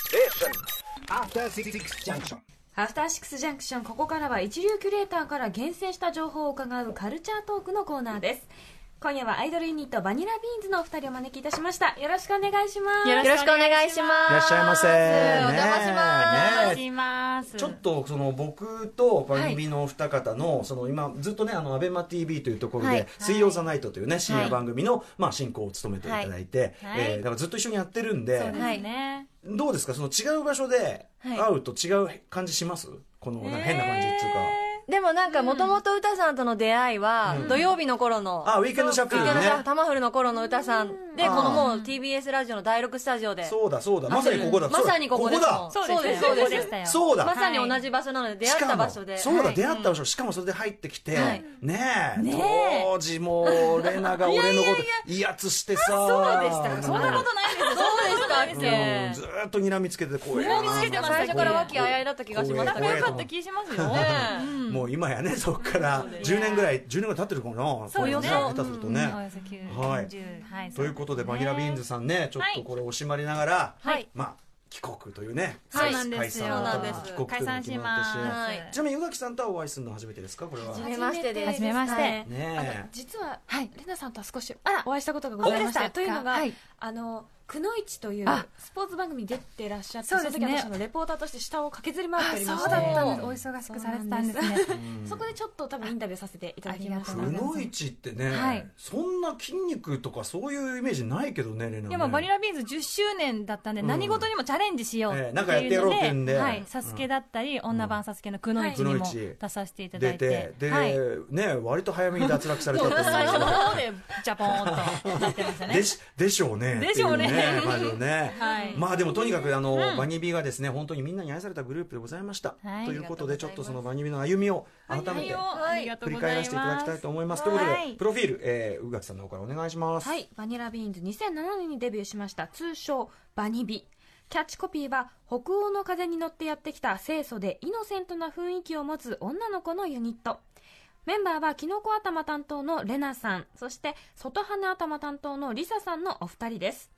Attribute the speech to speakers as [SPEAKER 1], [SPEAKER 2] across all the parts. [SPEAKER 1] Station. After Six Junction.
[SPEAKER 2] アフターシックスジャンクションここからは一流キュレーターから厳選した情報を伺うカルチャートークのコーナーです今夜はアイドルユニットバニラビーンズのお二人をお招きいたしましたよろしくお願いします
[SPEAKER 3] よろしくお願いします。
[SPEAKER 4] いらっしゃいませ
[SPEAKER 3] お邪魔します。
[SPEAKER 4] ねえ
[SPEAKER 3] お邪魔します。
[SPEAKER 4] ちょっとその僕と番組のお二方のその今ずっとねあのアベマ t v というところ
[SPEAKER 3] は
[SPEAKER 4] で
[SPEAKER 3] い
[SPEAKER 4] 「水曜ザナイト」というね深夜番組のまあ進行を務めていただいて
[SPEAKER 3] はいはい
[SPEAKER 4] えーだからずっと一緒にやってるん
[SPEAKER 3] そう
[SPEAKER 4] で
[SPEAKER 3] です
[SPEAKER 2] はいね
[SPEAKER 4] どうですかその違う場所で
[SPEAKER 5] はい
[SPEAKER 4] 会うと違う感じしますこのなんか変な感じっていうか
[SPEAKER 5] でもなんかもともと歌さんとの出会いは
[SPEAKER 4] うん
[SPEAKER 5] 土曜日の頃の、
[SPEAKER 4] あウィークエンドシャッフ
[SPEAKER 5] ウィ
[SPEAKER 4] ル
[SPEAKER 5] ークエ
[SPEAKER 4] で
[SPEAKER 5] ンドシャッフル
[SPEAKER 4] ね
[SPEAKER 5] タマフルの頃の歌さんで
[SPEAKER 4] うん
[SPEAKER 5] このもう TBS ラジオの第6スタジオで
[SPEAKER 4] そうだそうだまさにここだ
[SPEAKER 5] まさにここですもん
[SPEAKER 4] そう
[SPEAKER 3] うですね
[SPEAKER 5] そうです
[SPEAKER 3] ここでした
[SPEAKER 4] だ
[SPEAKER 3] よ
[SPEAKER 4] そう
[SPEAKER 5] ま
[SPEAKER 4] だ
[SPEAKER 5] さに同じ場所なので出会
[SPEAKER 4] し
[SPEAKER 5] った
[SPEAKER 4] か
[SPEAKER 5] 場所で
[SPEAKER 4] もそうだ
[SPEAKER 5] はい
[SPEAKER 4] 出会った場所しかもそれで入ってきて
[SPEAKER 5] はい
[SPEAKER 4] ねえ
[SPEAKER 2] ねえ
[SPEAKER 4] 当時もうレナが俺のこと威圧してさそうでした
[SPEAKER 3] そんなことないですよ。
[SPEAKER 5] そうでしたっ
[SPEAKER 4] うん
[SPEAKER 5] け
[SPEAKER 4] ずーっと睨みつけてこう
[SPEAKER 5] 睨みつけてました最初から和気あいあいだった気がしましたけど
[SPEAKER 3] 仲良かった気しますよ。
[SPEAKER 5] ね
[SPEAKER 4] もう今やねそこから10年ぐらい10年ぐらい経ってるかな
[SPEAKER 3] そうです
[SPEAKER 4] これね
[SPEAKER 3] ね
[SPEAKER 4] 下手するとね、
[SPEAKER 3] およそ九
[SPEAKER 4] はい
[SPEAKER 3] 40はい。
[SPEAKER 4] ということでバニラビーンズさんねちょっとこれ惜しまれながら、
[SPEAKER 5] はい
[SPEAKER 4] まあ帰国というね、
[SPEAKER 3] そうなんですよ
[SPEAKER 5] そう
[SPEAKER 4] 解散とか
[SPEAKER 5] なんです
[SPEAKER 4] 帰国とい
[SPEAKER 3] 解
[SPEAKER 4] うのも
[SPEAKER 3] 散
[SPEAKER 4] 決
[SPEAKER 3] し
[SPEAKER 4] まったし
[SPEAKER 5] は
[SPEAKER 3] ま
[SPEAKER 5] い
[SPEAKER 4] ちなみに宇垣さんとはお会いするの初めてですかこれは
[SPEAKER 5] 初めましてです
[SPEAKER 2] 初めましてですね
[SPEAKER 4] ねえ
[SPEAKER 2] あの実は、
[SPEAKER 3] はい
[SPEAKER 2] レナさんとは少し
[SPEAKER 3] あら
[SPEAKER 2] お会いしたことがございまして
[SPEAKER 3] お本当
[SPEAKER 2] と
[SPEAKER 3] で
[SPEAKER 2] い
[SPEAKER 3] す
[SPEAKER 2] う
[SPEAKER 3] か
[SPEAKER 2] のが、
[SPEAKER 3] はい
[SPEAKER 2] あのくのいちという
[SPEAKER 3] あ
[SPEAKER 2] スポーツ番組に出てらっしゃって
[SPEAKER 3] そうですね
[SPEAKER 2] の時私のレポーターとして下を駆けずり回っておりま
[SPEAKER 3] あ
[SPEAKER 2] し
[SPEAKER 3] そう
[SPEAKER 2] て
[SPEAKER 3] だった
[SPEAKER 5] ん
[SPEAKER 3] お忙しくされてたんですね。
[SPEAKER 4] うん
[SPEAKER 2] そこでちょっと多分インタビューさせていただきました
[SPEAKER 3] ありがとうござい
[SPEAKER 4] く
[SPEAKER 3] ます
[SPEAKER 4] のいちってね、
[SPEAKER 3] はい
[SPEAKER 4] そんな筋肉とかそういうイメージないけどねレナね
[SPEAKER 3] いやまあバニラビーンズ10周年だったんで、
[SPEAKER 4] うん
[SPEAKER 3] 何事にもチャレンジしよう
[SPEAKER 4] ええ
[SPEAKER 3] っ
[SPEAKER 4] なん
[SPEAKER 3] て
[SPEAKER 4] かやって
[SPEAKER 3] い
[SPEAKER 4] や
[SPEAKER 3] う
[SPEAKER 4] ろ
[SPEAKER 3] の
[SPEAKER 4] うってんで
[SPEAKER 3] で、は
[SPEAKER 4] う
[SPEAKER 3] い
[SPEAKER 4] ん、
[SPEAKER 3] サスケだったり、女版サスケのくのいち
[SPEAKER 4] はい
[SPEAKER 3] にも
[SPEAKER 4] くのいち
[SPEAKER 3] 出させていただ
[SPEAKER 4] 出
[SPEAKER 3] いて
[SPEAKER 4] て、で、
[SPEAKER 3] はい、
[SPEAKER 4] ね割と早めに脱落されたという
[SPEAKER 3] 最初の方でジャポーンとなってましたね
[SPEAKER 4] で。しでしょうね
[SPEAKER 3] でしょうね
[SPEAKER 4] っていまあでもね
[SPEAKER 3] はい
[SPEAKER 4] まあでもとにかくあの、バニビがですね本当にみんなに愛されたグループでございました、
[SPEAKER 3] はい
[SPEAKER 4] ということで
[SPEAKER 5] あり
[SPEAKER 4] ちょ
[SPEAKER 5] が
[SPEAKER 4] っ
[SPEAKER 5] と
[SPEAKER 4] と
[SPEAKER 5] うござい
[SPEAKER 4] その
[SPEAKER 5] ま
[SPEAKER 4] バニビの歩みを改めて
[SPEAKER 3] はい、ありがと
[SPEAKER 4] 振
[SPEAKER 3] う
[SPEAKER 4] り
[SPEAKER 3] ござ
[SPEAKER 4] 返ら
[SPEAKER 3] います。
[SPEAKER 4] せていただきたいと思いますということで、
[SPEAKER 3] はい
[SPEAKER 4] プロフィール、えー、宇垣さんの方からお願いします、
[SPEAKER 2] はい、バニラビーンズ2007年にデビューしました通称バニビキャッチコピーは北欧の風に乗ってやってきた清楚でイノセントな雰囲気を持つ女の子のユニットメンバーはキノコ頭担当のレナさんそして外花頭担当のリサさんのお二人です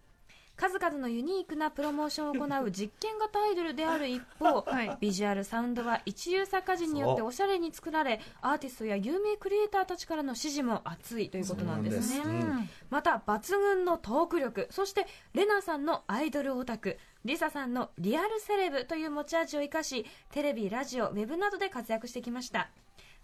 [SPEAKER 2] 数々のユニークなプロモーションを行う実験型アイドルである一方、
[SPEAKER 3] はい
[SPEAKER 2] ビジュアルサウンドは一流作家人によっておしゃれに作られアーティストや有名クリエイターたちからの支持も厚いということなんですね
[SPEAKER 4] そうなんですうん
[SPEAKER 2] また抜群のトーク力そしてレナさんのアイドルオタクリサさんのリアルセレブという持ち味を生かしテレビラジオウェブなどで活躍してきました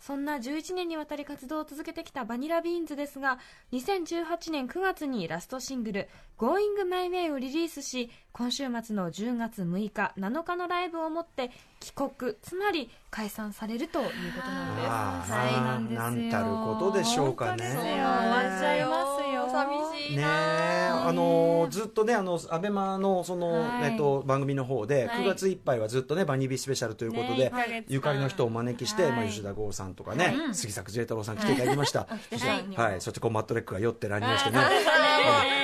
[SPEAKER 2] そんな11年にわたり活動を続けてきたバニラビーンズですが2018年9月にラストシングル「GoingMyWay」をリリースし今週末の10月6日7日のライブをもって帰国つまり解散されるということなんです
[SPEAKER 4] あ
[SPEAKER 3] そうな
[SPEAKER 4] あ
[SPEAKER 3] んですよ
[SPEAKER 4] なんたることでしょうかね
[SPEAKER 3] 本当ですよ
[SPEAKER 4] ね
[SPEAKER 3] 終わっちゃいますよ
[SPEAKER 5] 寂しい
[SPEAKER 4] え
[SPEAKER 5] な
[SPEAKER 4] あのずっとねあのアベマのその、
[SPEAKER 3] はい
[SPEAKER 4] えっと番組の方で
[SPEAKER 3] はい
[SPEAKER 4] 9月いっぱいはずっとねバニビスペシャルということで、
[SPEAKER 3] ね1ヶ月間
[SPEAKER 4] ゆかりの人をお招きして、
[SPEAKER 3] はい
[SPEAKER 4] まあ吉田剛さんとかね、
[SPEAKER 3] はい
[SPEAKER 4] 杉作慈太郎さん来ていただきました、そして
[SPEAKER 3] さんにも
[SPEAKER 4] はいそしてこうマットレックが酔って乱入してね
[SPEAKER 5] あーそうでしたね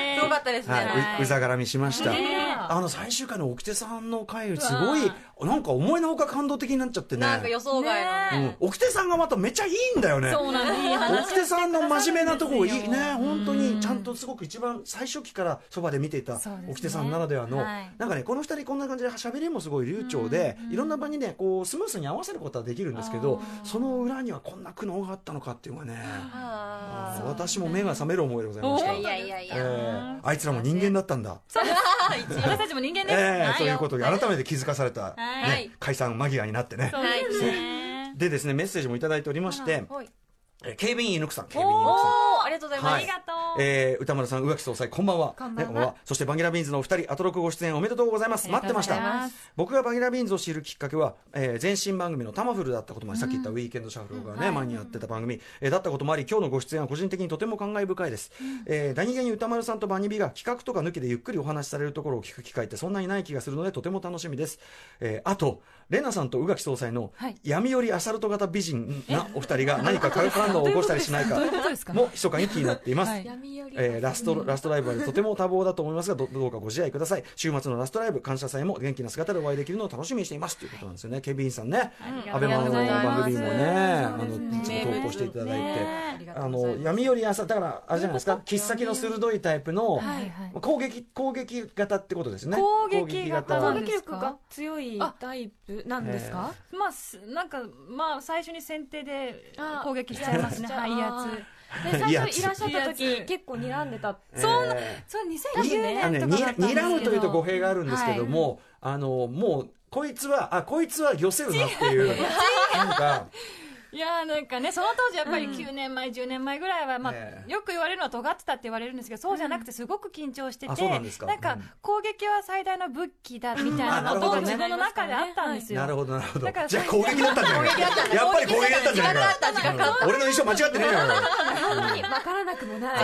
[SPEAKER 3] ね
[SPEAKER 5] すごかったですね、
[SPEAKER 4] はいううざがらみしました、
[SPEAKER 3] ね
[SPEAKER 4] あの最終回の沖手さんの回すごいなんか思いのほか感動的になっちゃってね
[SPEAKER 5] なんか予想外の、
[SPEAKER 3] ね
[SPEAKER 4] うん、沖手さんがまためちゃいいんだよね
[SPEAKER 3] そうなんです。いい話
[SPEAKER 4] 奥手さんの真面目なところいいね本当
[SPEAKER 3] うん
[SPEAKER 4] にちゃんとすごく一番最初期からそばで見ていた
[SPEAKER 3] そうですね
[SPEAKER 4] 奥手さんならではの、
[SPEAKER 3] はい
[SPEAKER 4] なんかねこの二人こんな感じで喋りもすごい流暢で、いろんな場にねこうスムースに合わせることはできるんですけどその裏にはこんな苦悩があったのかっていうのがね
[SPEAKER 5] あ
[SPEAKER 4] あー私も目が覚める思いでございまし
[SPEAKER 5] ー
[SPEAKER 4] た
[SPEAKER 5] い。やいやい
[SPEAKER 4] え
[SPEAKER 5] や、
[SPEAKER 4] ーあいつらも人間だったんだ、
[SPEAKER 3] 私たちも人間です。
[SPEAKER 4] えー
[SPEAKER 3] は
[SPEAKER 4] ということで改めて気づかされた、
[SPEAKER 3] はい
[SPEAKER 4] ね、解散間際になってね
[SPEAKER 3] そうですね。
[SPEAKER 4] でですねメッセージもいただいておりまして
[SPEAKER 5] はい
[SPEAKER 4] えー警備員犬くさん警
[SPEAKER 5] お
[SPEAKER 4] 備員犬くさ
[SPEAKER 5] ー
[SPEAKER 4] ん
[SPEAKER 5] ありがとうございます、
[SPEAKER 4] は
[SPEAKER 3] あ
[SPEAKER 4] い
[SPEAKER 3] りがとう。
[SPEAKER 4] えー歌丸さん、宇垣総裁、こんばんは。
[SPEAKER 2] こんばんは
[SPEAKER 4] ねそしてバニラビーンズのお二人、アトロクご出演おめでとうございます。
[SPEAKER 3] ありが
[SPEAKER 4] 待っ
[SPEAKER 3] と
[SPEAKER 4] て
[SPEAKER 3] うご
[SPEAKER 4] まし
[SPEAKER 3] ざいます
[SPEAKER 4] た。僕がバニラビーンズを知るきっかけは、えー前身番組のタマフルだったこともあり、さっき言ったウィーケンドシャッフルがね、前にやってた番組、えーだったこともあり、今日のご出演は個人的にとても感慨深いです。えー何気に歌丸さんとバニビが企画とか抜きでゆっくりお話しされるところを聞く機会ってそんなにない気がするので、とても楽しみです。えーあと、レナさんと宇垣総裁の
[SPEAKER 2] はい
[SPEAKER 4] 闇よりアサル ト型美人なお二人が何か化学反応を起こしたりしないか、も密かに気になっています。
[SPEAKER 3] はい波より
[SPEAKER 4] えーラストラストライブはとても多忙だと思いますがど どうかご自愛ください週末のラストライブ感謝祭も元気な姿でお会いできるのを楽しみにしていますということなんですよねケビンさんね
[SPEAKER 5] り
[SPEAKER 4] ア
[SPEAKER 5] が
[SPEAKER 4] ベ
[SPEAKER 5] とう
[SPEAKER 4] マの
[SPEAKER 5] ございます
[SPEAKER 4] 番組もねあ
[SPEAKER 3] そうですね
[SPEAKER 4] のいつも投稿していただいて、
[SPEAKER 3] ね
[SPEAKER 5] りがと
[SPEAKER 4] あ
[SPEAKER 5] うござい
[SPEAKER 4] の
[SPEAKER 5] ます
[SPEAKER 4] 闇より朝だからあれじゃないですか切っ先の鋭いタイプの、
[SPEAKER 3] はい
[SPEAKER 6] はい
[SPEAKER 4] 攻撃攻撃型ってことですね
[SPEAKER 3] 攻撃型
[SPEAKER 4] 攻
[SPEAKER 2] 攻
[SPEAKER 4] 撃
[SPEAKER 2] 撃力が強いタイプなんですか、
[SPEAKER 3] まあすなんかまあ最初に先手で
[SPEAKER 2] あー
[SPEAKER 3] 攻撃しちゃいますね
[SPEAKER 2] じゃあ
[SPEAKER 3] はい威
[SPEAKER 2] あ
[SPEAKER 3] 圧
[SPEAKER 2] ーで最初いらっしゃった
[SPEAKER 3] いやつ
[SPEAKER 2] 時結構睨んでた
[SPEAKER 4] えー
[SPEAKER 3] そう
[SPEAKER 2] 2020
[SPEAKER 3] 2020
[SPEAKER 4] あのね
[SPEAKER 3] 年と
[SPEAKER 4] に
[SPEAKER 3] かだったんですけど
[SPEAKER 4] 睨むというと語弊があるんですけども、あのもうこいつはあこいつは寄せるなって いうなんか
[SPEAKER 3] いやーなんかねその当時やっぱり9年前、10年前ぐらいは、まあ
[SPEAKER 4] ええ
[SPEAKER 3] よく言われるのは尖ってたって言われるんですけどそうじゃなくてすごく緊張して
[SPEAKER 4] あ
[SPEAKER 3] て、
[SPEAKER 4] そうなんですかうん
[SPEAKER 3] 攻撃は最大の武器だ みたい
[SPEAKER 4] あ
[SPEAKER 3] な
[SPEAKER 4] なる
[SPEAKER 3] の
[SPEAKER 4] ほどね
[SPEAKER 3] と自分の中であったんですよ。
[SPEAKER 4] なるほどなるほど
[SPEAKER 3] だから
[SPEAKER 4] じゃあ攻撃だったんじゃないかやっぱり攻撃だったんじゃないか俺の衣装間違って ねえよ
[SPEAKER 2] そんなに分からなくもない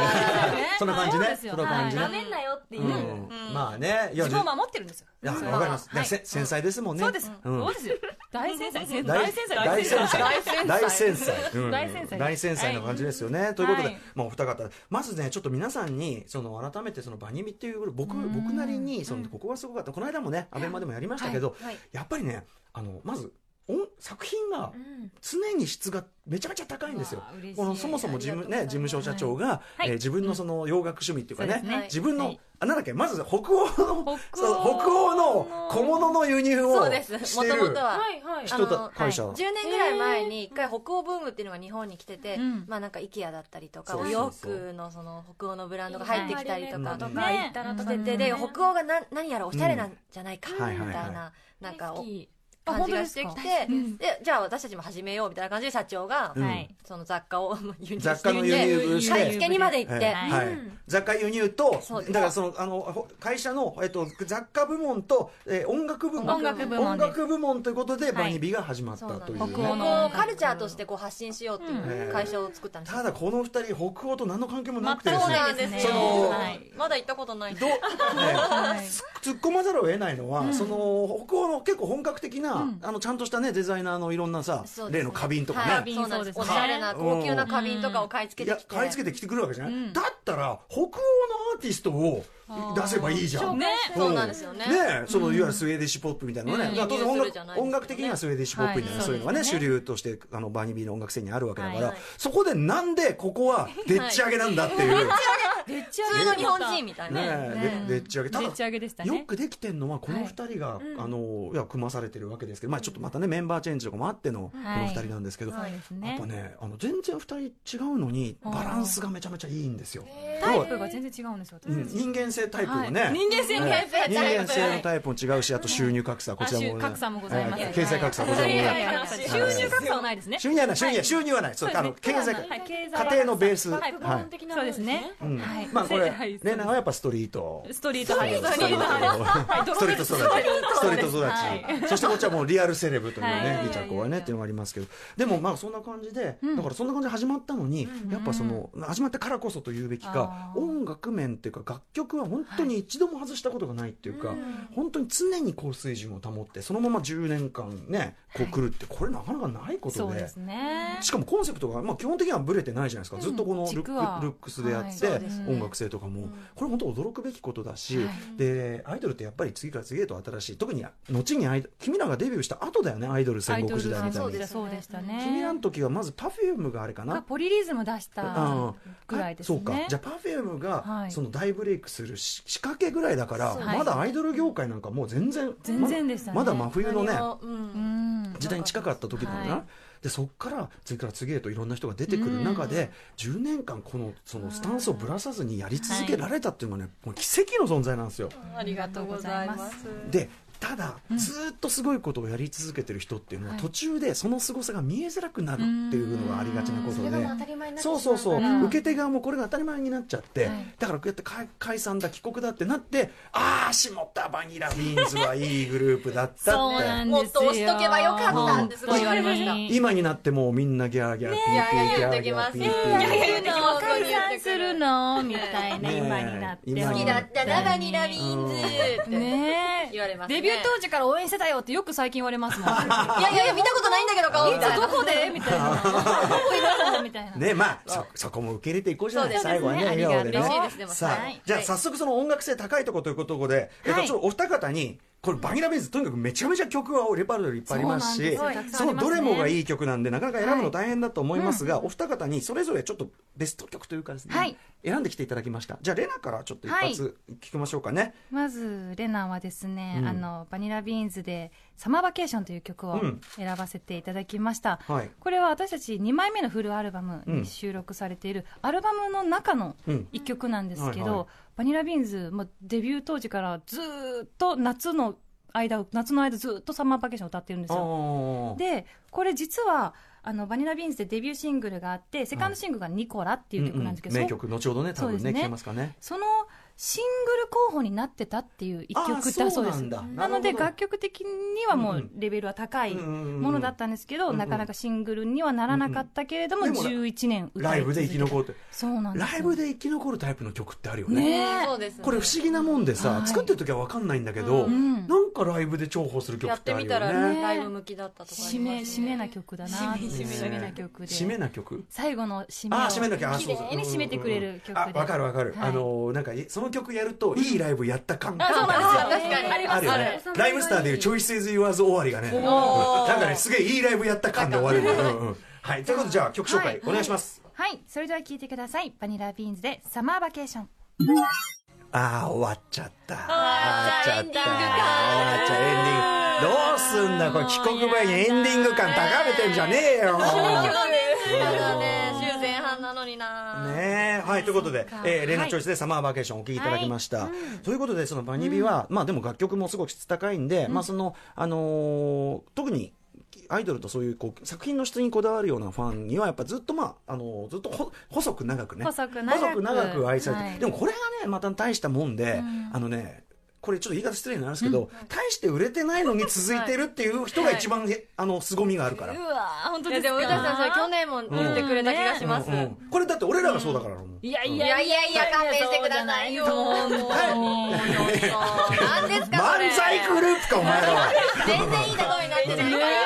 [SPEAKER 4] そんな感じ
[SPEAKER 3] そう
[SPEAKER 4] ね
[SPEAKER 3] ですよ
[SPEAKER 4] そんな感じね、
[SPEAKER 2] なめんなよっていう、
[SPEAKER 4] うんまあねいや
[SPEAKER 3] 自分を守ってるんですよ。
[SPEAKER 4] いやわかります、いやせ繊細ですもんね
[SPEAKER 3] そうです、
[SPEAKER 4] うん
[SPEAKER 3] そうですよ。大繊細、
[SPEAKER 4] 大繊
[SPEAKER 3] 大
[SPEAKER 4] 細
[SPEAKER 3] 繊細、
[SPEAKER 4] 大繊細大繊細うん
[SPEAKER 3] 大繊細
[SPEAKER 4] 大繊細な感じですよね、ということで、
[SPEAKER 3] はい
[SPEAKER 4] まあ、お二方まずねちょっと皆さんにその改めてそのバニミっていう僕僕なりにそのここはすごかったこの間もねアベマでもやりましたけど、やっぱりねあのまず音作品が
[SPEAKER 2] うん
[SPEAKER 4] 常に質がめちゃめちゃ高いんですよ
[SPEAKER 3] わあ嬉し。い
[SPEAKER 4] このそもそも事務,、ね、事務所社長が、
[SPEAKER 3] は
[SPEAKER 4] え
[SPEAKER 3] い
[SPEAKER 4] ー自分のその洋楽趣味っていうかね,、
[SPEAKER 3] そうですね
[SPEAKER 4] 自分の、
[SPEAKER 3] はい
[SPEAKER 4] あなんだっけまず北欧の
[SPEAKER 3] 北
[SPEAKER 4] そう
[SPEAKER 3] 欧
[SPEAKER 4] 北欧の小物の輸入を
[SPEAKER 5] そうで
[SPEAKER 4] し
[SPEAKER 5] す
[SPEAKER 4] てる
[SPEAKER 5] もともとは
[SPEAKER 2] はいはい
[SPEAKER 5] あ
[SPEAKER 4] 人だ
[SPEAKER 5] の
[SPEAKER 4] 会社、
[SPEAKER 5] 10年ぐらい前に一回北欧ブームっていうのが日本に来てて、
[SPEAKER 3] うん
[SPEAKER 5] まあなんか IKEA だったりとか
[SPEAKER 4] そう
[SPEAKER 5] お
[SPEAKER 4] そうそう
[SPEAKER 5] 洋服のその北欧のブランドが入ってきたりとか
[SPEAKER 4] と
[SPEAKER 5] と
[SPEAKER 4] か
[SPEAKER 5] か
[SPEAKER 2] 行ったらと
[SPEAKER 5] し
[SPEAKER 2] か
[SPEAKER 5] ててで北欧がな何やらおしゃれなんじゃないかみ
[SPEAKER 4] うん
[SPEAKER 5] たい
[SPEAKER 4] はいはいは
[SPEAKER 5] ななんか
[SPEAKER 2] 大好
[SPEAKER 5] お
[SPEAKER 2] き
[SPEAKER 3] あ
[SPEAKER 5] 感じがしてき
[SPEAKER 3] 本当
[SPEAKER 5] てでじゃあ私たちも始めようみたいな感じで社長が
[SPEAKER 4] うん
[SPEAKER 3] はい
[SPEAKER 5] その雑貨を 輸入
[SPEAKER 4] 雑貨の輸入して
[SPEAKER 5] 買い付けにまで行っ
[SPEAKER 4] ええ
[SPEAKER 5] て
[SPEAKER 3] はい
[SPEAKER 4] はい
[SPEAKER 2] うん
[SPEAKER 4] 雑貨輸入と
[SPEAKER 5] そうです
[SPEAKER 4] だからそのあのほ会社の、えっと、雑貨部門と、えー音楽部門
[SPEAKER 3] 音楽部門
[SPEAKER 4] 音楽部門ということで、
[SPEAKER 3] い
[SPEAKER 4] バニビが始まった
[SPEAKER 5] そうなん
[SPEAKER 4] と
[SPEAKER 5] で
[SPEAKER 4] い
[SPEAKER 5] す
[SPEAKER 4] う、
[SPEAKER 5] 北
[SPEAKER 4] ね、
[SPEAKER 3] 欧の
[SPEAKER 5] 欧をカルチャーとしてこう発信しようっていう会社を作ったんですよ
[SPEAKER 4] ただこの二人北欧と何の関係もなくてで
[SPEAKER 5] そ
[SPEAKER 4] す
[SPEAKER 5] う
[SPEAKER 4] ね
[SPEAKER 5] なんですね
[SPEAKER 4] その
[SPEAKER 5] はいまだ行ったことない
[SPEAKER 4] どうねつ突っ込まざるを得ないのは、その北欧の結構本格的な、あのちゃんとしたねデザイナーのいろんなさ、
[SPEAKER 5] そうですね
[SPEAKER 4] 例の花瓶とかね、
[SPEAKER 5] はい
[SPEAKER 3] 花瓶
[SPEAKER 5] そうなんで
[SPEAKER 3] そ
[SPEAKER 5] すお
[SPEAKER 3] うです
[SPEAKER 5] し
[SPEAKER 3] ね
[SPEAKER 5] ゃれな高級な花瓶とかを買い付
[SPEAKER 4] い
[SPEAKER 5] け
[SPEAKER 4] や
[SPEAKER 5] てきて
[SPEAKER 4] 買い付けてきてくるわけじゃない、
[SPEAKER 3] うん
[SPEAKER 4] だったら北欧のアーティストを出せばいいじゃん
[SPEAKER 3] ね、
[SPEAKER 5] そうなんですよね
[SPEAKER 4] ねそのいわゆるスウェーディッシュポップみたいなのがね、
[SPEAKER 5] うん
[SPEAKER 4] だから当
[SPEAKER 5] 輸
[SPEAKER 4] 然音
[SPEAKER 5] 入するじゃないですよ
[SPEAKER 4] 楽
[SPEAKER 5] ね
[SPEAKER 4] 音楽的にはスウェーディッシュポップみたいな、
[SPEAKER 3] はい
[SPEAKER 4] そういうのがね
[SPEAKER 3] そうです
[SPEAKER 4] 主
[SPEAKER 3] ね
[SPEAKER 4] 流としてあのバニビーの音楽性にあるわけだから、
[SPEAKER 3] はい
[SPEAKER 4] そこでなんでここはでっち上げなんだっていう、
[SPEAKER 5] 普通の日本人みたいな
[SPEAKER 4] ねででっち上げただ
[SPEAKER 3] 打ち上げでした
[SPEAKER 4] よ
[SPEAKER 3] ね。
[SPEAKER 4] くできてんのはこの2人が、あのいや組まされてるわけですけど、まあ、ちょっとまたねメンバーチェンジとかもあってのこの
[SPEAKER 3] はい
[SPEAKER 4] 2人なんですけど、
[SPEAKER 3] そうです
[SPEAKER 4] やっ
[SPEAKER 3] ね
[SPEAKER 4] ぱ。ねあの全然2人違うのにバランスがめちゃめちゃいいんですよ。
[SPEAKER 3] タイプが全然違うんですよ。私
[SPEAKER 4] うん人間性タイプもね、
[SPEAKER 3] はい人間性
[SPEAKER 4] ね
[SPEAKER 3] タイプタイプ
[SPEAKER 4] 人間性のタイプも違うしあと収入格差こちらもね、
[SPEAKER 3] あ収格差もございます
[SPEAKER 4] えー経済格差もございます、
[SPEAKER 3] はいはいはい収入格差はないですね。
[SPEAKER 4] 収入はない収入は収入はない、そうあの経済、
[SPEAKER 3] はい経
[SPEAKER 4] 家
[SPEAKER 3] 済
[SPEAKER 4] 庭のベース、
[SPEAKER 2] バックグラウンド的なも
[SPEAKER 3] そう
[SPEAKER 2] の
[SPEAKER 3] ですね。
[SPEAKER 4] うん
[SPEAKER 3] はい
[SPEAKER 4] まあこれ
[SPEAKER 3] はい
[SPEAKER 4] レナはやっぱストリート
[SPEAKER 3] ストリートハイ
[SPEAKER 4] ストリートストリート育ちストリート育ちそしてこっちはもうリアルセレブというね
[SPEAKER 3] はい
[SPEAKER 4] リチャコはねっていうのがありますけどでもまあそんな感じでだからそんな感じで始まったのにやっぱその始まってからこそというべきか
[SPEAKER 3] あー
[SPEAKER 4] 音楽面っていうか楽曲は本当に一度も外したことがないっていうか本当に常に高水準を保ってそのまま10年間ねこう来るってこれなかなかないこと
[SPEAKER 3] そう
[SPEAKER 4] で
[SPEAKER 3] ですね。
[SPEAKER 4] しかもコンセプトが、まあ、基本的にはブレてないじゃないですか、ずっとこのルック
[SPEAKER 3] 軸は
[SPEAKER 4] ルックスでやって、
[SPEAKER 5] はいそうです
[SPEAKER 3] ね
[SPEAKER 4] 音楽性とかも、これ本当驚くべきことだし、でアイドルってやっぱり次から次へと新しい特に後にアイド君らがデビューした後だよねアイドル戦国時代みたい
[SPEAKER 5] そ
[SPEAKER 4] な
[SPEAKER 5] うです
[SPEAKER 3] そうでしたね。
[SPEAKER 4] 君らの時はまず Perfume があれか
[SPEAKER 3] が
[SPEAKER 4] な。
[SPEAKER 3] ポリリズム出したぐらいですね。
[SPEAKER 4] そうかじゃあ Perfume
[SPEAKER 3] は
[SPEAKER 4] が
[SPEAKER 3] い
[SPEAKER 4] その大ブレイクするし仕掛けぐらいだから、
[SPEAKER 5] そう
[SPEAKER 3] はい
[SPEAKER 4] まだアイドル業界なんかもう全然
[SPEAKER 3] 全然でしたね
[SPEAKER 4] まだ真冬のね
[SPEAKER 5] 何もうん
[SPEAKER 3] うん。
[SPEAKER 4] 時代に近かった時だな、
[SPEAKER 3] はい
[SPEAKER 4] でそこから次から次へといろんな人が出てくる中で、10年間このそのスタンスをぶらさずにやり続けられたっていうのはね、もう奇跡の存在なんですよ。
[SPEAKER 5] ありがとうございます
[SPEAKER 4] でただ、ずーっとすごいことをやり続けてる人っていうのは、途中でその凄さが見えづらくなるっていうのがありがちなことで、
[SPEAKER 2] 当たり前になってし
[SPEAKER 4] そ
[SPEAKER 2] ま
[SPEAKER 4] うそうそ
[SPEAKER 2] か
[SPEAKER 4] う、
[SPEAKER 2] ら
[SPEAKER 4] 受け手側もこれが当たり前になっちゃって、だからこうやって解解散だ帰国だってなってああ下田バニラビーンズはいいグループだったって
[SPEAKER 3] そうなんですよ。
[SPEAKER 5] もっと押しとけばよか
[SPEAKER 4] ったん
[SPEAKER 5] ですごい言われました
[SPEAKER 4] 今になってもうみんなギャーギャーピーピーギャーギャーピーピー
[SPEAKER 5] 言ってきます
[SPEAKER 3] 本当
[SPEAKER 5] 解
[SPEAKER 3] に言って
[SPEAKER 5] 散
[SPEAKER 3] く
[SPEAKER 5] する
[SPEAKER 3] のみたいな
[SPEAKER 4] ねえ
[SPEAKER 3] 今になって
[SPEAKER 4] 今
[SPEAKER 5] 好きだったらバニラビーンズって
[SPEAKER 3] ねえ
[SPEAKER 5] 言われますね
[SPEAKER 3] デビュー当時から応援してたよってよく最近言われ ますもんい
[SPEAKER 5] いやいやいや見たことないんだけど顔みた
[SPEAKER 3] つ
[SPEAKER 5] い
[SPEAKER 3] ど
[SPEAKER 5] な
[SPEAKER 3] こでみたいなどこいたのみたいな
[SPEAKER 4] ねまあそそこも受け入れていこうじゃない
[SPEAKER 5] そうですね
[SPEAKER 4] 最後はね
[SPEAKER 3] あ
[SPEAKER 4] 笑
[SPEAKER 3] りが
[SPEAKER 4] 顔でね
[SPEAKER 5] 嬉しいですでも
[SPEAKER 4] さ
[SPEAKER 5] は
[SPEAKER 4] あ
[SPEAKER 5] い
[SPEAKER 4] じゃあ早速その音楽性高いとこということで、えっと、ちょっとお二方にこれバニラビーンズとにかくめちゃめちゃ曲はレパートリーいっぱいありますし
[SPEAKER 3] そうなんです
[SPEAKER 4] そ
[SPEAKER 3] よ
[SPEAKER 4] のどれもが
[SPEAKER 3] い
[SPEAKER 4] いい曲なんでなかなか選ぶの大変だと思いますが、お二方にそれぞれちょっとベスト曲というかですね、
[SPEAKER 3] はい
[SPEAKER 4] 選んできていただきましたじゃあレナからちょっと一
[SPEAKER 3] は
[SPEAKER 4] 発聞きましょうかね、
[SPEAKER 3] まずレナはですね、
[SPEAKER 4] うん
[SPEAKER 3] あのバニラビーンズで「サマーバケーション」という曲を
[SPEAKER 4] うん
[SPEAKER 3] 選ばせていただきました、
[SPEAKER 4] はい
[SPEAKER 3] これは私たち2枚目のフルアルバムに収録されているアルバムの中の
[SPEAKER 4] うん
[SPEAKER 3] 一曲なんですけど、
[SPEAKER 4] うんはいはい
[SPEAKER 3] バニラビーンズ、まあ、デビュー当時からずーっと夏の間を夏の間ずーっと「サマーバケーション」を歌ってるんです
[SPEAKER 4] あー
[SPEAKER 3] よでこれ実はあのバニラビーンズでデビューシングルがあってセカンドシングルが「ニコラ」っていう曲なんですけど、
[SPEAKER 4] う
[SPEAKER 3] そ
[SPEAKER 4] んうん名曲後ほどね多
[SPEAKER 3] そうで
[SPEAKER 4] 分
[SPEAKER 3] す
[SPEAKER 4] ね
[SPEAKER 3] ね
[SPEAKER 4] 聞けますからね
[SPEAKER 3] そのシングル候補になってたっていう一曲だそう
[SPEAKER 4] あー
[SPEAKER 3] で
[SPEAKER 4] な
[SPEAKER 3] す
[SPEAKER 4] んだ
[SPEAKER 3] なので楽曲的にはも
[SPEAKER 4] うんう
[SPEAKER 3] うんレベルは高いも
[SPEAKER 4] も
[SPEAKER 3] のだったんですけど、
[SPEAKER 4] うんうん
[SPEAKER 3] なかなかシングルにはならなかったけれども、
[SPEAKER 4] うんうんでも
[SPEAKER 3] 11年歌
[SPEAKER 4] ライブで生き残るって
[SPEAKER 3] そうなんです
[SPEAKER 4] ライブで生き残るタイプの曲ってあるよね
[SPEAKER 3] ねえ
[SPEAKER 5] そうですね
[SPEAKER 4] これ不思議なもんでさ、
[SPEAKER 3] はい
[SPEAKER 4] 作ってる時は分かんないんだけど、
[SPEAKER 5] うん
[SPEAKER 4] なんかライブで重宝する曲
[SPEAKER 5] や
[SPEAKER 4] っ
[SPEAKER 5] ってて
[SPEAKER 4] ある
[SPEAKER 5] みた
[SPEAKER 4] よ
[SPEAKER 5] ら
[SPEAKER 4] ね
[SPEAKER 5] ねライブ向きだったとかあり
[SPEAKER 3] 締め
[SPEAKER 5] ます
[SPEAKER 3] 締め
[SPEAKER 5] ね
[SPEAKER 3] な曲だなっていう締めな曲で
[SPEAKER 4] 締めな曲
[SPEAKER 3] 最後の締めを
[SPEAKER 4] あー締めなきゃあー
[SPEAKER 3] 綺
[SPEAKER 4] そうそう
[SPEAKER 3] 麗に締めてくれる曲で
[SPEAKER 4] あ分かる分かる、
[SPEAKER 3] はい
[SPEAKER 4] あのーなんかいその曲やるといいライブやった感が、
[SPEAKER 3] あそうなんですよ
[SPEAKER 5] 確かに
[SPEAKER 3] ありま
[SPEAKER 4] ある
[SPEAKER 3] す
[SPEAKER 4] よ
[SPEAKER 3] ある
[SPEAKER 4] ねライブスターでいう「チョイス・イズ・ユアーズ」終わりがね、うん
[SPEAKER 5] おー
[SPEAKER 4] なんかねすげえいいライブやった感で終わるのよ、うんうんはいということでじゃあ曲紹介お願いします、
[SPEAKER 3] はいそれでは聴いてくださいバニラビーンズで「サマーバケーション
[SPEAKER 4] ああ終わっちゃった終
[SPEAKER 5] わっちゃった
[SPEAKER 4] 終わっちゃエンディングどうすんだこれ帰国前にエンディング感高めてんじゃねえよ
[SPEAKER 5] やだね週前半なのにな
[SPEAKER 4] ねえはいということで、えー、レナチョイスで「サマーバケーション」お聴きいただきました、ということでそのバニビは、まあでも楽曲もすごく質高いんで、まあそのあのー特にアイドルとそういうこう作品の質にこだわるようなファンにはやっぱずっとまああのーずっとほ細く長くね
[SPEAKER 3] 細く長く
[SPEAKER 4] 細長く愛されて、
[SPEAKER 3] はい
[SPEAKER 4] でもこれがねまた大したもんで、あのねこれちょっと言い方失礼になるんですけど、大して売れてないのに続いてるっていう人が一番、あの凄みがあるから、
[SPEAKER 3] うわー本当
[SPEAKER 5] いやでも歌さんそれ去年も言ってくれた気がします、
[SPEAKER 4] うんうんこれだって俺らがそうだからもう
[SPEAKER 3] いやい
[SPEAKER 5] い
[SPEAKER 3] や
[SPEAKER 5] や
[SPEAKER 3] い
[SPEAKER 5] い
[SPEAKER 3] や
[SPEAKER 5] や
[SPEAKER 3] い
[SPEAKER 5] い
[SPEAKER 3] や
[SPEAKER 5] や
[SPEAKER 3] 勘
[SPEAKER 5] 勘弁
[SPEAKER 3] 弁し
[SPEAKER 5] してて
[SPEAKER 3] く
[SPEAKER 5] く
[SPEAKER 3] だ
[SPEAKER 5] だ
[SPEAKER 3] さ
[SPEAKER 5] さ
[SPEAKER 3] い
[SPEAKER 5] い
[SPEAKER 3] よ
[SPEAKER 5] よもうもう何ですかこれ
[SPEAKER 4] 漫才グループかお前らは
[SPEAKER 5] 全然いいとこになってないからよ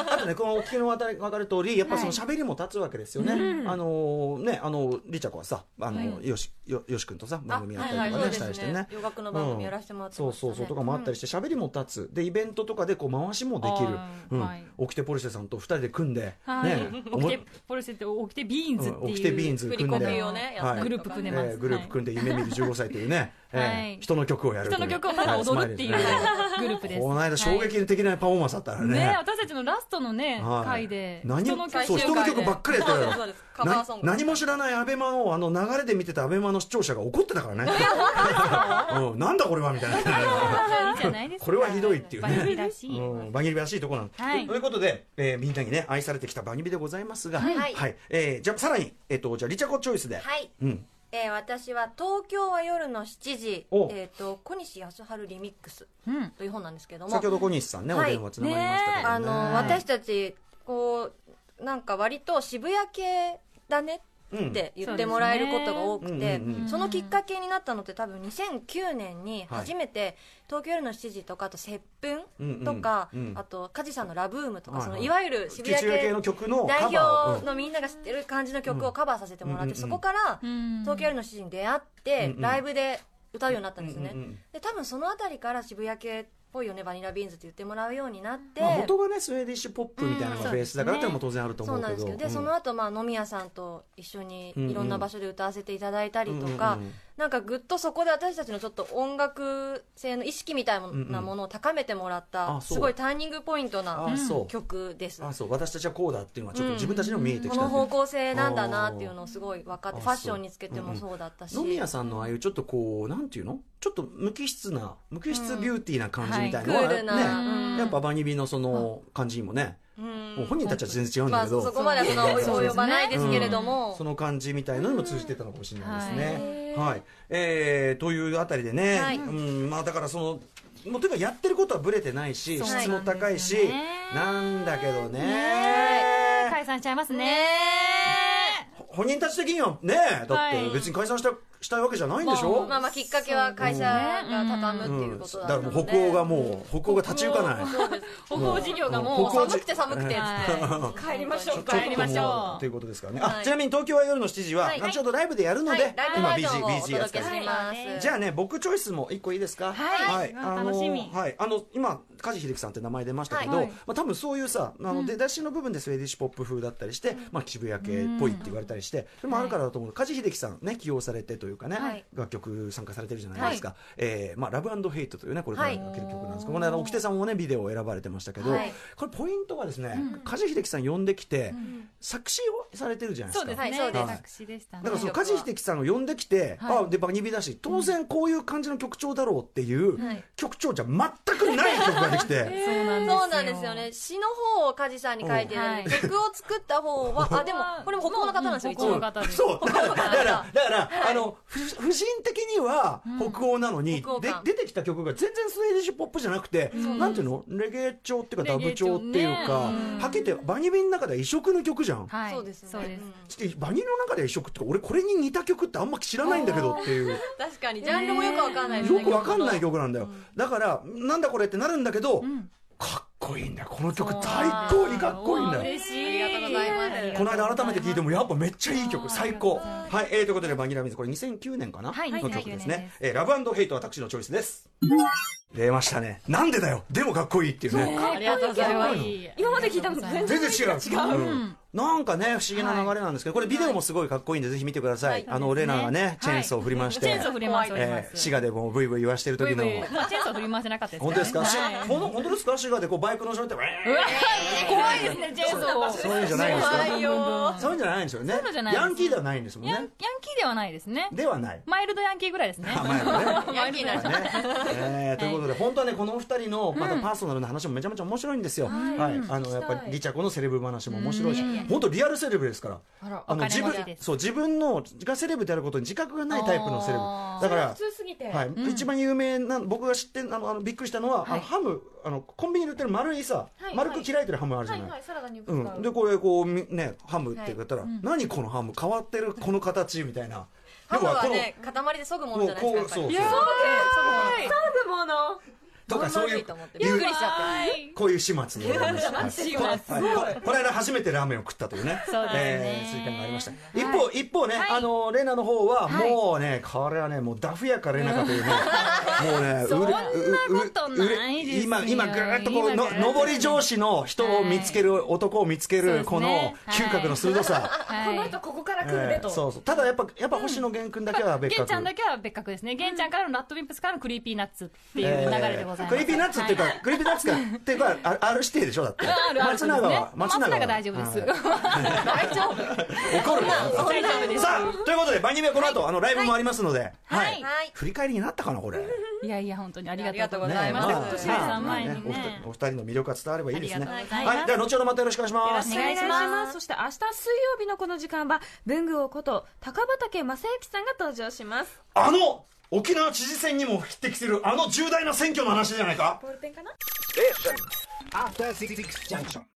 [SPEAKER 4] あとね、このお聞きのわた分かる通り、やっぱその喋りも立つわけですよね。あのーね、あのー、りちゃこはさ、あのー、よし、よ、よし君とさ、番組やったりとかね、したりしてね。
[SPEAKER 5] 洋楽の番組やらせてもらって
[SPEAKER 4] そうそうそうとかもあったりして喋りも立つでイベントとかでこう回しもできる
[SPEAKER 3] あ、ー
[SPEAKER 4] うん
[SPEAKER 3] はい
[SPEAKER 4] オキテポルシェさんと二人で組んで、ね
[SPEAKER 3] はい、
[SPEAKER 4] お
[SPEAKER 3] 起き
[SPEAKER 4] も
[SPEAKER 3] てポルシェって起きてビーンズっていう
[SPEAKER 4] 起きてビーンズ
[SPEAKER 5] 振
[SPEAKER 4] 組
[SPEAKER 5] り
[SPEAKER 4] ん
[SPEAKER 5] 込
[SPEAKER 4] で、
[SPEAKER 5] みをねやったりとか
[SPEAKER 3] グループ組んでます
[SPEAKER 4] えーグループ組んで夢見る15歳というね、
[SPEAKER 3] はい
[SPEAKER 4] えー人の曲をやるとい
[SPEAKER 3] 人
[SPEAKER 4] う
[SPEAKER 3] の曲をただ踊るっていう
[SPEAKER 4] はいスマイルですね
[SPEAKER 3] グループです。
[SPEAKER 4] この間衝撃的なパフォーマンスだったから
[SPEAKER 3] はい
[SPEAKER 4] ね。
[SPEAKER 3] ね私たちのラストのね、
[SPEAKER 4] はい
[SPEAKER 3] 回で、
[SPEAKER 4] 何
[SPEAKER 3] 人の曲
[SPEAKER 4] そう人の曲ばっかりやって
[SPEAKER 5] そ
[SPEAKER 4] た
[SPEAKER 5] うそうそう
[SPEAKER 4] よ
[SPEAKER 5] ですカバーソング
[SPEAKER 4] な何も知らないアベマをあの流れで見てたアベマの視聴者が怒ってたからね、うん、なんだこれはみたいな
[SPEAKER 3] いいじゃないですか。
[SPEAKER 4] これはひどいっていうね
[SPEAKER 3] バニラらしい。
[SPEAKER 4] うん、バニリらしいところなんです、
[SPEAKER 3] はい
[SPEAKER 4] ということで、えーみんなにね愛されてきたバニビでございますが、はい
[SPEAKER 5] はい
[SPEAKER 4] えーじゃあさらに、えっとじゃあリチャコチョイスで、
[SPEAKER 5] はい
[SPEAKER 4] うん、
[SPEAKER 5] えー、私は「東京は夜の7時」
[SPEAKER 4] お
[SPEAKER 5] えー、と小西康春リミックス
[SPEAKER 3] うん。
[SPEAKER 5] という本なんですけども
[SPEAKER 4] 先ほど小西さんね、
[SPEAKER 5] はい
[SPEAKER 4] お電話つながりましたけどね
[SPEAKER 5] あの、私たちこうなんか割と渋谷系だねって言ってもらえることが多くて、
[SPEAKER 4] う
[SPEAKER 5] そ
[SPEAKER 4] んうんうん
[SPEAKER 3] うん
[SPEAKER 5] のきっかけになったのって多分2009年に初めて「東京夜の7時」とかあと「接吻」とか、
[SPEAKER 4] うんうんうん
[SPEAKER 5] あと梶さんの「ラブーム」とか、
[SPEAKER 4] は
[SPEAKER 5] い
[SPEAKER 4] い
[SPEAKER 5] その
[SPEAKER 4] はい
[SPEAKER 5] いわゆる
[SPEAKER 4] 渋
[SPEAKER 5] 渋谷
[SPEAKER 4] 谷系
[SPEAKER 5] 系
[SPEAKER 4] の曲の
[SPEAKER 5] 代
[SPEAKER 4] カバー
[SPEAKER 5] 表
[SPEAKER 4] を
[SPEAKER 5] のみんなが知ってる感じの曲をカバーさせてもらって、
[SPEAKER 4] うんうんうん
[SPEAKER 5] そこから「東京夜
[SPEAKER 3] の
[SPEAKER 5] の7時」に出会って、
[SPEAKER 4] うんうん
[SPEAKER 5] ライブで歌うようになったんですね、
[SPEAKER 4] うんうんうん
[SPEAKER 5] で多分その辺りから渋谷系っぽいよねバニラビーンズって言ってもらうようになって、
[SPEAKER 4] まあ、元がねスウェーディッシュポップみたいなのがベースだからっていうのも当然あると
[SPEAKER 5] そ
[SPEAKER 4] 思
[SPEAKER 5] う
[SPEAKER 4] うけ
[SPEAKER 5] なん
[SPEAKER 4] ど
[SPEAKER 5] ですけどで、
[SPEAKER 4] うん
[SPEAKER 5] その後まあ飲み屋さんと一緒にいろんな場所で歌わせていただいたりとか、
[SPEAKER 4] うんうんうん
[SPEAKER 5] なんかぐっとそこで私たちのちょっと音楽性の意識みたい
[SPEAKER 4] んう
[SPEAKER 5] なんものを高めてもらった、
[SPEAKER 4] あそう
[SPEAKER 5] すごいターニングポイント
[SPEAKER 4] あ
[SPEAKER 5] な
[SPEAKER 4] あそう
[SPEAKER 5] 曲です。
[SPEAKER 4] あそう私たちはこうだっていうのはちょっと自分たちにも見えてき
[SPEAKER 5] こ
[SPEAKER 4] たね
[SPEAKER 5] の方向性なんだなっていうのをすごい分かっ
[SPEAKER 4] あ
[SPEAKER 5] て
[SPEAKER 4] ー
[SPEAKER 5] ファッションにつけて
[SPEAKER 4] あ
[SPEAKER 5] も
[SPEAKER 4] そう
[SPEAKER 5] そうだったし、
[SPEAKER 4] 野宮さんのああいうちょっとこうなんていうのちょっと無機質な無機質ビューティーな感じみたい
[SPEAKER 5] ク
[SPEAKER 4] なのは、
[SPEAKER 5] ールな、
[SPEAKER 4] ね、
[SPEAKER 5] うん
[SPEAKER 4] やっぱバニビのその感じにもね、
[SPEAKER 5] うん
[SPEAKER 4] もう本人たちは全然違うんだけど、
[SPEAKER 5] まあ、そこまではその
[SPEAKER 3] そうですね
[SPEAKER 5] 及ばないですけれども、
[SPEAKER 4] その感じみたいのにも通じてたのかもしれないですね。
[SPEAKER 5] うん
[SPEAKER 4] はい、えーというあたりでね、
[SPEAKER 5] はい
[SPEAKER 4] うん、まあだからその。もうとにかくやってることはブレてないし、
[SPEAKER 3] そう
[SPEAKER 4] 質も高いし、
[SPEAKER 3] な
[SPEAKER 4] なん
[SPEAKER 3] んですよね
[SPEAKER 4] だけどね
[SPEAKER 3] 解散しちゃいますね。
[SPEAKER 5] ね
[SPEAKER 4] 本人たち的にはねだって別に解散したしたいわけじゃないんでしょ、
[SPEAKER 5] まあまあきっかけは会社が畳むっていうこと
[SPEAKER 4] だ
[SPEAKER 5] だっ
[SPEAKER 4] か
[SPEAKER 5] たの
[SPEAKER 4] らも
[SPEAKER 5] で、
[SPEAKER 4] う北欧がもう北欧が立ち行かない
[SPEAKER 5] そうです北欧事業が
[SPEAKER 4] も
[SPEAKER 5] も
[SPEAKER 4] う
[SPEAKER 5] う
[SPEAKER 4] 北欧事
[SPEAKER 5] 寒くて寒く てっつって帰りましょう
[SPEAKER 4] ちょっともう
[SPEAKER 5] 帰りましょ
[SPEAKER 4] ということですからね、
[SPEAKER 5] は
[SPEAKER 4] あ
[SPEAKER 5] い
[SPEAKER 4] ちなみに東京は夜の7時は、
[SPEAKER 5] はい
[SPEAKER 4] 後ほどライブでやる
[SPEAKER 5] う
[SPEAKER 4] の
[SPEAKER 5] は
[SPEAKER 4] で、
[SPEAKER 5] いライブバージョンをお
[SPEAKER 4] 今 BG BG
[SPEAKER 5] 届
[SPEAKER 4] 扱
[SPEAKER 5] け
[SPEAKER 4] い
[SPEAKER 5] し
[SPEAKER 4] で
[SPEAKER 5] ます
[SPEAKER 4] じゃあね僕チョイスも一個いいですか
[SPEAKER 3] はい
[SPEAKER 4] あの
[SPEAKER 3] 楽しみ
[SPEAKER 4] はい、あの今梶秀樹さんって名前出ましたけど、
[SPEAKER 5] はい
[SPEAKER 4] まあ、多分そういうさあの出だしの部分でスウェーディッシュポップ風だったりして、まあ、渋谷系っぽいって言われたりして、それもあるからだと思う梶秀樹さんね起用されてというかね、
[SPEAKER 5] はい
[SPEAKER 4] 楽曲参加されてるじゃないですか「えーまあ、ラブヘイトというねこれから
[SPEAKER 5] はい
[SPEAKER 4] かける曲なんですけど、この間沖手さんもねビデオを選ばれてましたけど、
[SPEAKER 5] はい
[SPEAKER 4] これポイントがですね、梶秀樹さん呼んできて、作詞をされてるじゃないですか。
[SPEAKER 5] はいそうです
[SPEAKER 3] 作詞でしたね
[SPEAKER 4] だからそ
[SPEAKER 5] は
[SPEAKER 4] の
[SPEAKER 5] い
[SPEAKER 4] 梶秀樹さんを呼んできて、
[SPEAKER 3] は
[SPEAKER 4] あ
[SPEAKER 3] い
[SPEAKER 4] でバニビだし当然こういう感じの曲調だろうっていう
[SPEAKER 5] はい
[SPEAKER 4] 曲調じゃ全くない曲ができて、
[SPEAKER 3] そうなん
[SPEAKER 5] う
[SPEAKER 3] ですよ
[SPEAKER 5] そうなんですよね詩の方を梶さんに書いてる、
[SPEAKER 3] はい
[SPEAKER 5] 曲を作った方はあでもこれも北欧の方なんですよ一
[SPEAKER 3] 北欧の
[SPEAKER 5] 応
[SPEAKER 3] 方です
[SPEAKER 4] そうだからだからだから、
[SPEAKER 5] はい
[SPEAKER 4] あのふ婦人的には北欧なのに、
[SPEAKER 5] 北欧
[SPEAKER 4] で
[SPEAKER 5] 感
[SPEAKER 4] 出てきた曲が全然スウェーディッシュポップじゃなくて、なんていうのレゲエ調っていうかダブ調っていうか、
[SPEAKER 3] レゲエ調
[SPEAKER 4] はっきり言ってバニビの中では異色の曲じゃん。
[SPEAKER 3] はい
[SPEAKER 5] そうですね
[SPEAKER 3] そうです
[SPEAKER 5] ん
[SPEAKER 4] バニの中では異色って俺これに似た曲ってあんま知らないんだけどっていう。
[SPEAKER 5] 確かにジャンルもよくわかんないですね
[SPEAKER 4] よくわかんない曲なんだよ、
[SPEAKER 5] うん
[SPEAKER 4] だからなんだこれってなるんだけど、
[SPEAKER 3] ん
[SPEAKER 4] かっこいいんだよこの曲最高にかっこいいんだよ
[SPEAKER 3] 嬉しい
[SPEAKER 5] ありがとうございます
[SPEAKER 4] この間改めて聴いてもやっぱめっちゃいい曲最高
[SPEAKER 5] ありがとうございます
[SPEAKER 4] はい、えー、ということでバニラミズこれ2009年かな、
[SPEAKER 3] はい
[SPEAKER 4] の曲です
[SPEAKER 3] 2009年
[SPEAKER 4] ね
[SPEAKER 3] です
[SPEAKER 4] 「えーラブヘイト私のチョイス」です出ましたねなんでだよでもかっこいいっていうね
[SPEAKER 5] ありがとうございます
[SPEAKER 2] 今まで聞いたのと全然
[SPEAKER 4] 全然違ううんなんかね不思議な流れなんですけどこれビデオもすごいかっこいいんでぜひ見てください、
[SPEAKER 5] はい
[SPEAKER 4] あのレナがねチェーンソーを振りまして、
[SPEAKER 3] チェーンソー振ります振りま
[SPEAKER 4] えー、
[SPEAKER 3] す
[SPEAKER 4] 滋賀でもうブイブイ言わしてる時の
[SPEAKER 3] ブイブイまあチェーンソー振り回せなかったです
[SPEAKER 4] 本当ですか、し
[SPEAKER 3] はい
[SPEAKER 4] ほん本当ですか滋賀でこうバイクの後ろに行ってウェ
[SPEAKER 3] うわ怖いですねチェーンソー
[SPEAKER 4] ーそういうんじゃないんです
[SPEAKER 5] 怖い
[SPEAKER 4] よ
[SPEAKER 5] よ
[SPEAKER 4] そういうんじゃないんですよね
[SPEAKER 3] うのじゃないです
[SPEAKER 4] ヤンキーではないんですもん
[SPEAKER 3] ヤンヤ
[SPEAKER 4] ね
[SPEAKER 3] ンキーではないですね
[SPEAKER 4] ではない
[SPEAKER 3] マイルドヤンキーぐらいですね
[SPEAKER 4] あ前のね
[SPEAKER 5] ヤンキーになりそう
[SPEAKER 4] ねえーということで、本当はねこのお二人のまたパーソナルな話もめちゃめちゃ面白いんですよ、はい、あのやっぱりリチャコのセレブ話も面白いし、本当リアルセレブですからあの
[SPEAKER 3] お金
[SPEAKER 4] 自
[SPEAKER 3] 持
[SPEAKER 4] 分
[SPEAKER 3] ちです
[SPEAKER 4] そう自分のがセレブであることに自覚がないタイプのセレブ
[SPEAKER 3] あー
[SPEAKER 4] だから
[SPEAKER 2] 普通すぎて、
[SPEAKER 4] はい一番有名な僕が知ってんあのあのびっくりしたのは、あのハムあのコンビニで売ってる丸いさ、
[SPEAKER 2] はい
[SPEAKER 4] 丸く切られてるハムあるじゃ
[SPEAKER 2] は
[SPEAKER 4] ないい、
[SPEAKER 2] はいサラダによく使う、
[SPEAKER 4] うん、でこれこうみねハムって言ったら、何このハム変わってるこの形みたいな
[SPEAKER 5] ハムは
[SPEAKER 4] この
[SPEAKER 5] ね塊で削ぐも
[SPEAKER 4] こ
[SPEAKER 5] の
[SPEAKER 4] う
[SPEAKER 5] じゃない
[SPEAKER 4] こ
[SPEAKER 5] で
[SPEAKER 4] う
[SPEAKER 5] すか
[SPEAKER 4] そ
[SPEAKER 5] や
[SPEAKER 4] う
[SPEAKER 5] っぱり
[SPEAKER 4] そう
[SPEAKER 2] サグモの
[SPEAKER 4] とかそういう
[SPEAKER 5] と思って
[SPEAKER 4] 理
[SPEAKER 5] びっ
[SPEAKER 4] 由
[SPEAKER 5] くりしちゃって
[SPEAKER 4] こういう始末でございましたはい
[SPEAKER 5] 始末
[SPEAKER 4] はいここの間初めてラーメンを食ったというね
[SPEAKER 3] そうですね
[SPEAKER 4] えーそういう感がありました一方、一方ね、あのレナの方は
[SPEAKER 3] はい
[SPEAKER 4] もうねこれはねもうダフやかレナかというね、もうね
[SPEAKER 3] そんな
[SPEAKER 4] うれ
[SPEAKER 3] ことないですよ
[SPEAKER 4] うれ今今ぐーっとこう
[SPEAKER 3] 今
[SPEAKER 4] の
[SPEAKER 3] ぐーっと
[SPEAKER 4] 上り上司の人を見つける、男を見つけ
[SPEAKER 3] そうで
[SPEAKER 4] る
[SPEAKER 3] すね
[SPEAKER 4] この嗅覚の鋭さ、
[SPEAKER 2] こ
[SPEAKER 3] はい
[SPEAKER 2] の人ここから来るでと、
[SPEAKER 4] えーそうそうただやっぱやっぱ星野源君だけは別
[SPEAKER 3] ゲン
[SPEAKER 4] 格、
[SPEAKER 3] ちゃんだけは別格ですね。ゲンちゃんからのラッドウィンプスからのクリーピーナッツっていう流れでございます。
[SPEAKER 4] えークリーピーナッツっていうか、
[SPEAKER 3] はい
[SPEAKER 4] クリーピーナッツかっていうかあある指定でしょだって
[SPEAKER 3] あるある
[SPEAKER 4] 松永は
[SPEAKER 3] 松永は大丈夫です。
[SPEAKER 4] はい怒るから
[SPEAKER 3] 大丈夫です。
[SPEAKER 4] さあということで番組はこの後、あのライブもありますので、はい
[SPEAKER 5] はい
[SPEAKER 4] 振り返りになったかなこれ。ね
[SPEAKER 3] いやいや本当にありがとうご
[SPEAKER 5] あ
[SPEAKER 3] ざ
[SPEAKER 5] り
[SPEAKER 3] い
[SPEAKER 5] が
[SPEAKER 3] ま
[SPEAKER 5] と
[SPEAKER 3] す。
[SPEAKER 5] うございます
[SPEAKER 3] まあ、年
[SPEAKER 5] まあ
[SPEAKER 3] さん前に
[SPEAKER 4] まあ
[SPEAKER 3] ね
[SPEAKER 4] お二人。お二人の魅力が伝わればいいですね。
[SPEAKER 3] ありがとうございます
[SPEAKER 4] はい、では後ほどまたよろしくお願いします。
[SPEAKER 2] お願いし
[SPEAKER 3] お願いし
[SPEAKER 2] ま。
[SPEAKER 3] ますす
[SPEAKER 2] そして明日水曜日のこの時間は、文具王こと高畑正幸さんが登場します。
[SPEAKER 4] あの沖縄知事選にも匹敵するあの重大な選挙の話じゃないか。
[SPEAKER 2] ボールペンかな
[SPEAKER 1] アフターシックスジャンクション